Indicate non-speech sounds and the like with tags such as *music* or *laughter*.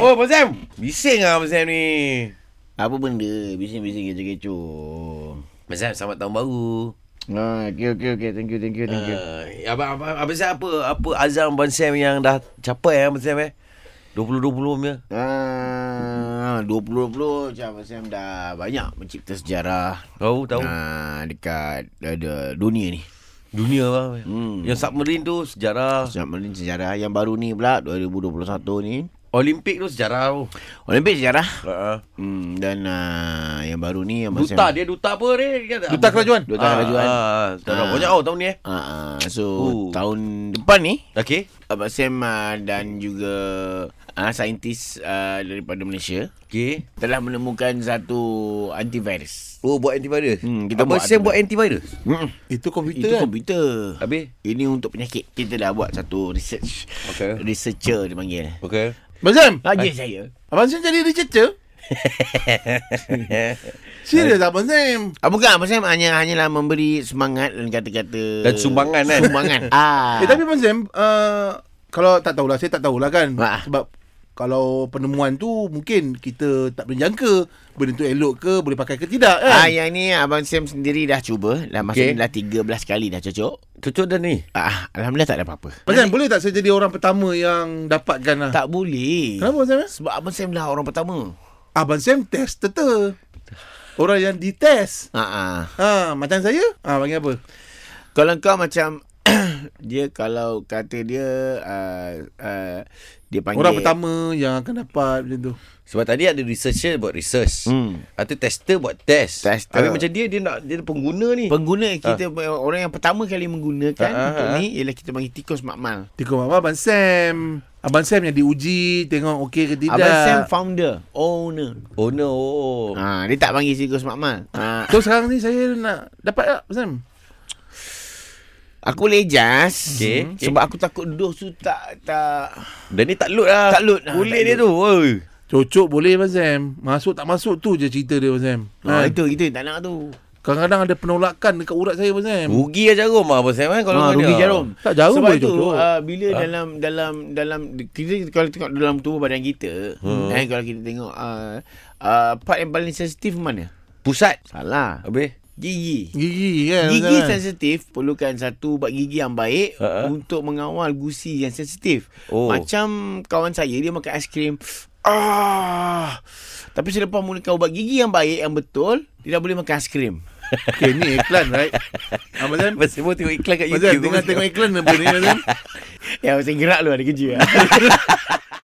Oh, Abang Sam. Bising lah Abang Sam ni. Apa benda? Bising-bising kecoh-kecoh. Abang Sam, selamat tahun baru. Ha, okay, okay, okay. Thank you, thank you, thank you. Uh, abang, abang, abang Sam apa, apa azam Abang Sam yang dah capai eh, Abang Sam eh? 2020 punya. Ah, 2020 macam Sam dah banyak mencipta sejarah Tahu, tahu. ah, dekat ada dunia ni. Dunia lah. Hmm. Hmm. Yang submarine tu sejarah. Sebab Malin sejarah yang baru ni pula 2021 ni. Olimpik tu sejarah tu. Olimpik sejarah. Uh, Hmm, dan ah, yang baru ni yang duta, dia duta apa dia? Dia kata- Duta kelajuan. Duta kelajuan. Ah, ah, Ah. banyak oh tahun ni eh. Ah, ah, so Oh. tahun depan ni Okey. Abang Sam ah, dan juga ah, saintis ah, daripada Malaysia Okey. telah menemukan satu antivirus. Oh buat antivirus. Hmm, kita kita Abang buat Sam buat antivirus. Hmm. Itu komputer Itu kan? komputer. Habis? Ini untuk penyakit. Kita dah buat satu research. Okey. Researcher dia panggil. Okey. Abang Sam. Lagi saya. Abang Sam jadi *laughs* researcher? Serius Abang Sam? Ah, bukan, Abang Sam hanya hanyalah memberi semangat dan kata-kata Dan sumbangan, kan? *laughs* Sumbangan. ah. Eh tapi Abang Sam, uh, kalau tak tahulah, saya tak tahulah kan. Ah. Sebab kalau penemuan tu mungkin kita tak boleh jangka benda tu elok ke, boleh pakai ke tidak kan. Ah, yang ni Abang Sam sendiri dah cuba. Dah eh. Okey. okay. dah 13 kali dah cocok. Cocok dah ni. Ah, Alhamdulillah tak ada apa-apa. Abang Sam, boleh tak saya jadi orang pertama yang dapatkan lah? Tak boleh. Kenapa Abang Sam? eh? Sebab Abang Sam lah orang pertama. Abang Sam test teta. Orang yang dites. Ah, ah. Ha, macam saya? Ha, panggil apa? Kalau kau macam *clears throat* dia kalau kata dia uh, uh, dia panggil Orang pertama yang akan dapat macam tu. Sebab tadi ada researcher buat research. Hmm. Atau tester buat test. Tester. Habis macam dia dia nak dia pengguna ni. pengguna kita uh. orang yang pertama kali menggunakan Ah, ah, uh, untuk ah. uh, ni ialah kita panggil tikus makmal. Tiga mama Abang Sam. Abang Sam yang diuji tengok okey ke tidak. Ah, Abang Sam founder, owner. Oh no. Oh. Ah, dia tak panggil tikus makmal. Ah, So sekarang ni saya nak dapat tak Abang Sam? aku boleh Okey, jas okay. okey. sebab aku takut dos tu tak tak Dan ni tak load lah. Tak load lah, Kulit tak dia tu. Oi. Cocok boleh Abang Sam. Masuk tak masuk tu je cerita dia Abang Sam. Ah, Ha. itu itu yang tak nak tu. Kadang-kadang ada penolakan dekat urat saya Abang Sam. Oh. Rugi lah jarum lah Abang Sam kan kalau Ah, kau rugi dia. jarum. Tak jauh Sebab boleh tu cocok. uh, bila ha? dalam dalam dalam kita kalau tengok dalam tubuh badan kita, hmm. eh kalau kita tengok uh, uh, part yang paling sensitif mana? Pusat. Salah. Habis. Gigi. Gigi kan. Gigi Abang Sam. sensitif perlukan satu ubat gigi yang baik Ha, ha. untuk mengawal gusi yang sensitif. Oh. Macam kawan saya dia makan aiskrim. Ah. Tapi selepas menggunakan ubat gigi yang baik yang betul, dia dah boleh makan aiskrim. *laughs* Okay ni iklan right? Abang Sam. Abang Sam pun tengok iklan kat Abang Sam YouTube. tengah tengok iklan apa ni Abang Sam? Ya, saya gerak lu ada kerja.